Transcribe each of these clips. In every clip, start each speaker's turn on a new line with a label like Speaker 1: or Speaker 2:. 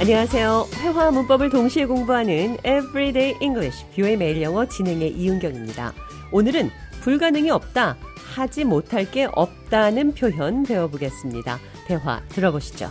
Speaker 1: 안녕하세요. 회화 문법을 동시에 공부하는 Everyday English 뷰의 매일 영어 진행의 이은경입니다. 오늘은 불가능이 없다, 하지 못할 게 없다는 표현 배워보겠습니다. 대화 들어보시죠.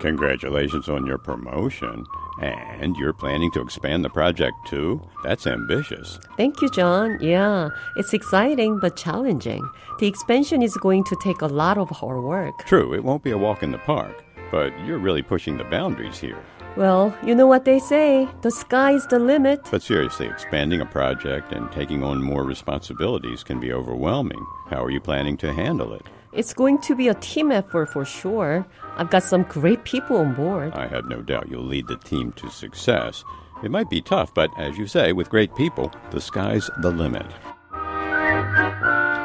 Speaker 2: Congratulations on your promotion. And you're planning to expand the project too? That's ambitious.
Speaker 1: Thank you, John. Yeah, it's exciting but challenging. The expansion is going to take a lot of hard work.
Speaker 2: True, it won't be a walk in the park, but you're really pushing the boundaries here.
Speaker 1: Well, you know what they say the sky is the limit.
Speaker 2: But seriously, expanding a project and taking on more responsibilities can be overwhelming. How are you planning to handle it?
Speaker 1: It's going to be a team effort for sure. I've got some great people on board.
Speaker 2: I have no doubt you'll lead the team to success. It might be tough, but as you say, with great people, the sky's the limit.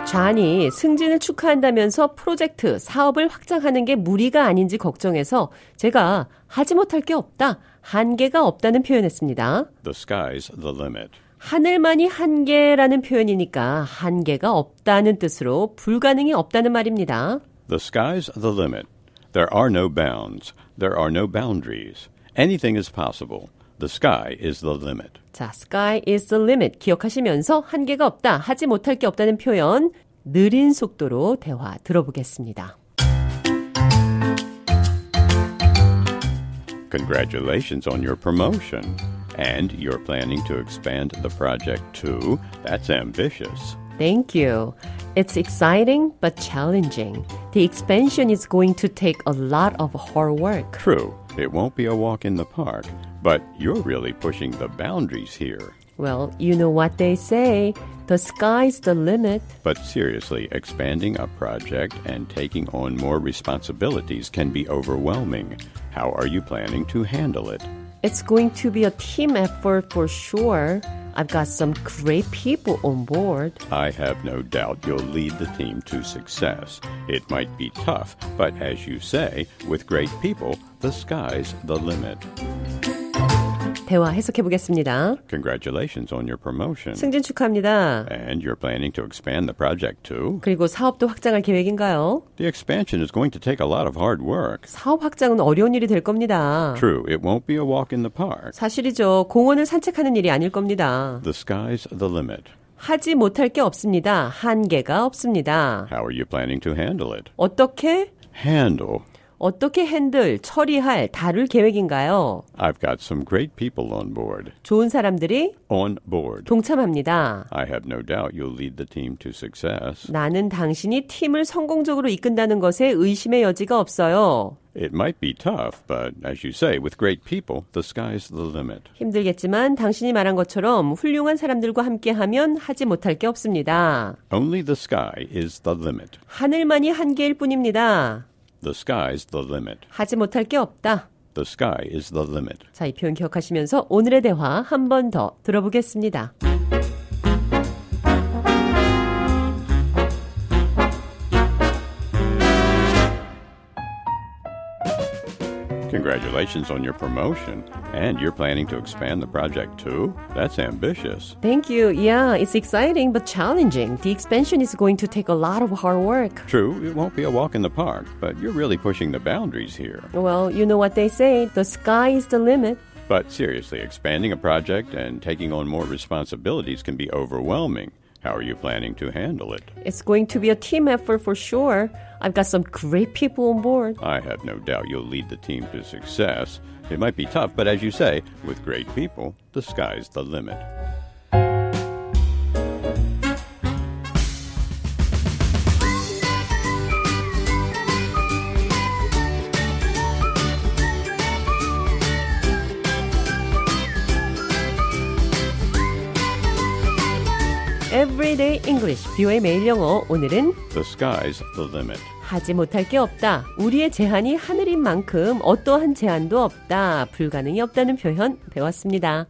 Speaker 1: 잔이 승진을 축하한다면서 프로젝트, 사업을 확장하는 게 무리가 아닌지 걱정해서 제가 하지 못할 게 없다, 한계가 없다는 표현했습니다.
Speaker 2: The sky's the limit.
Speaker 1: 하늘만이 한계라는 표현이니까 한계가 없다는 뜻으로 불가능이 없다는 말입니다.
Speaker 2: The sky's the limit. There are no bounds. There are no boundaries. Anything is possible. The sky is the limit.
Speaker 1: 자, sky is the limit 기억하시면서 한계가 없다, 하지 못할 게 없다는 표현 느린 속도로 대화 들어보겠습니다.
Speaker 2: Congratulations on your promotion. And you're planning to expand the project too? That's ambitious.
Speaker 1: Thank you. It's exciting but challenging. The expansion is going to take a lot of hard work.
Speaker 2: True, it won't be a walk in the park, but you're really pushing the boundaries here.
Speaker 1: Well, you know what they say. The sky's the limit.
Speaker 2: But seriously, expanding a project and taking on more responsibilities can be overwhelming. How are you planning to handle it?
Speaker 1: It's going to be a team effort for sure. I've got some great people on board.
Speaker 2: I have no doubt you'll lead the team to success. It might be tough, but as you say, with great people, the sky's the limit.
Speaker 1: 대화 해석해 보겠습니다.
Speaker 2: Congratulations on your promotion.
Speaker 1: 승진 축하합니다.
Speaker 2: And you're planning to expand the project too?
Speaker 1: 그리고 사업도 확장할 계획인가요?
Speaker 2: The expansion is going to take a lot of hard work.
Speaker 1: 사업 확장은 어려운 일이 될 겁니다.
Speaker 2: True, it won't be a walk in the park.
Speaker 1: 사실이죠. 공원을 산책하는 일이 아닐 겁니다.
Speaker 2: The sky's the limit.
Speaker 1: 하지 못할 게 없습니다. 한계가 없습니다.
Speaker 2: How are you planning to handle it?
Speaker 1: 어떻게?
Speaker 2: Handle.
Speaker 1: 어떻게 핸들, 처리할, 다룰 계획인가요?
Speaker 2: I've got some great people on board.
Speaker 1: 좋은 사람들이
Speaker 2: On board.
Speaker 1: 동참합니다.
Speaker 2: I have no doubt you'll lead the team to success.
Speaker 1: 나는 당신이 팀을 성공적으로 이끈다는 것에 의심의 여지가 없어요.
Speaker 2: It might be tough, but as you say, with great people, the sky's the limit.
Speaker 1: 힘들겠지만 당신이 말한 것처럼 훌륭한 사람들과 함께하면 하지 못할 게 없습니다.
Speaker 2: Only the sky is the limit.
Speaker 1: 하늘만이 한계일 뿐입니다.
Speaker 2: The sky's the limit.
Speaker 1: 하지 못할 게 없다.
Speaker 2: The sky is the limit.
Speaker 1: 자, 이 표현 기억하시면서 오늘의 대화 한 번 더 들어보겠습니다.
Speaker 2: Congratulations on your promotion. And you're planning to expand the project too? That's ambitious.
Speaker 1: Thank you. Yeah, it's exciting but challenging. The expansion is going to take a lot of hard work.
Speaker 2: True, it won't be a walk in the park, but you're really pushing the boundaries here.
Speaker 1: Well, you know what they say. The sky is the limit.
Speaker 2: But seriously, expanding a project and taking on more responsibilities can be overwhelming. How are you planning to handle it?
Speaker 1: It's going to be a team effort for sure. I've got some great people on board.
Speaker 2: I have no doubt you'll lead the team to success. It might be tough, but as you say, with great people, the sky's the limit.
Speaker 1: Everyday English, 뷰의 매일 영어. 오늘은
Speaker 2: The sky's the limit.
Speaker 1: 하지 못할 게 없다. 우리의 제한이 하늘인 만큼 어떠한 제한도 없다. 불가능이 없다는 표현 배웠습니다.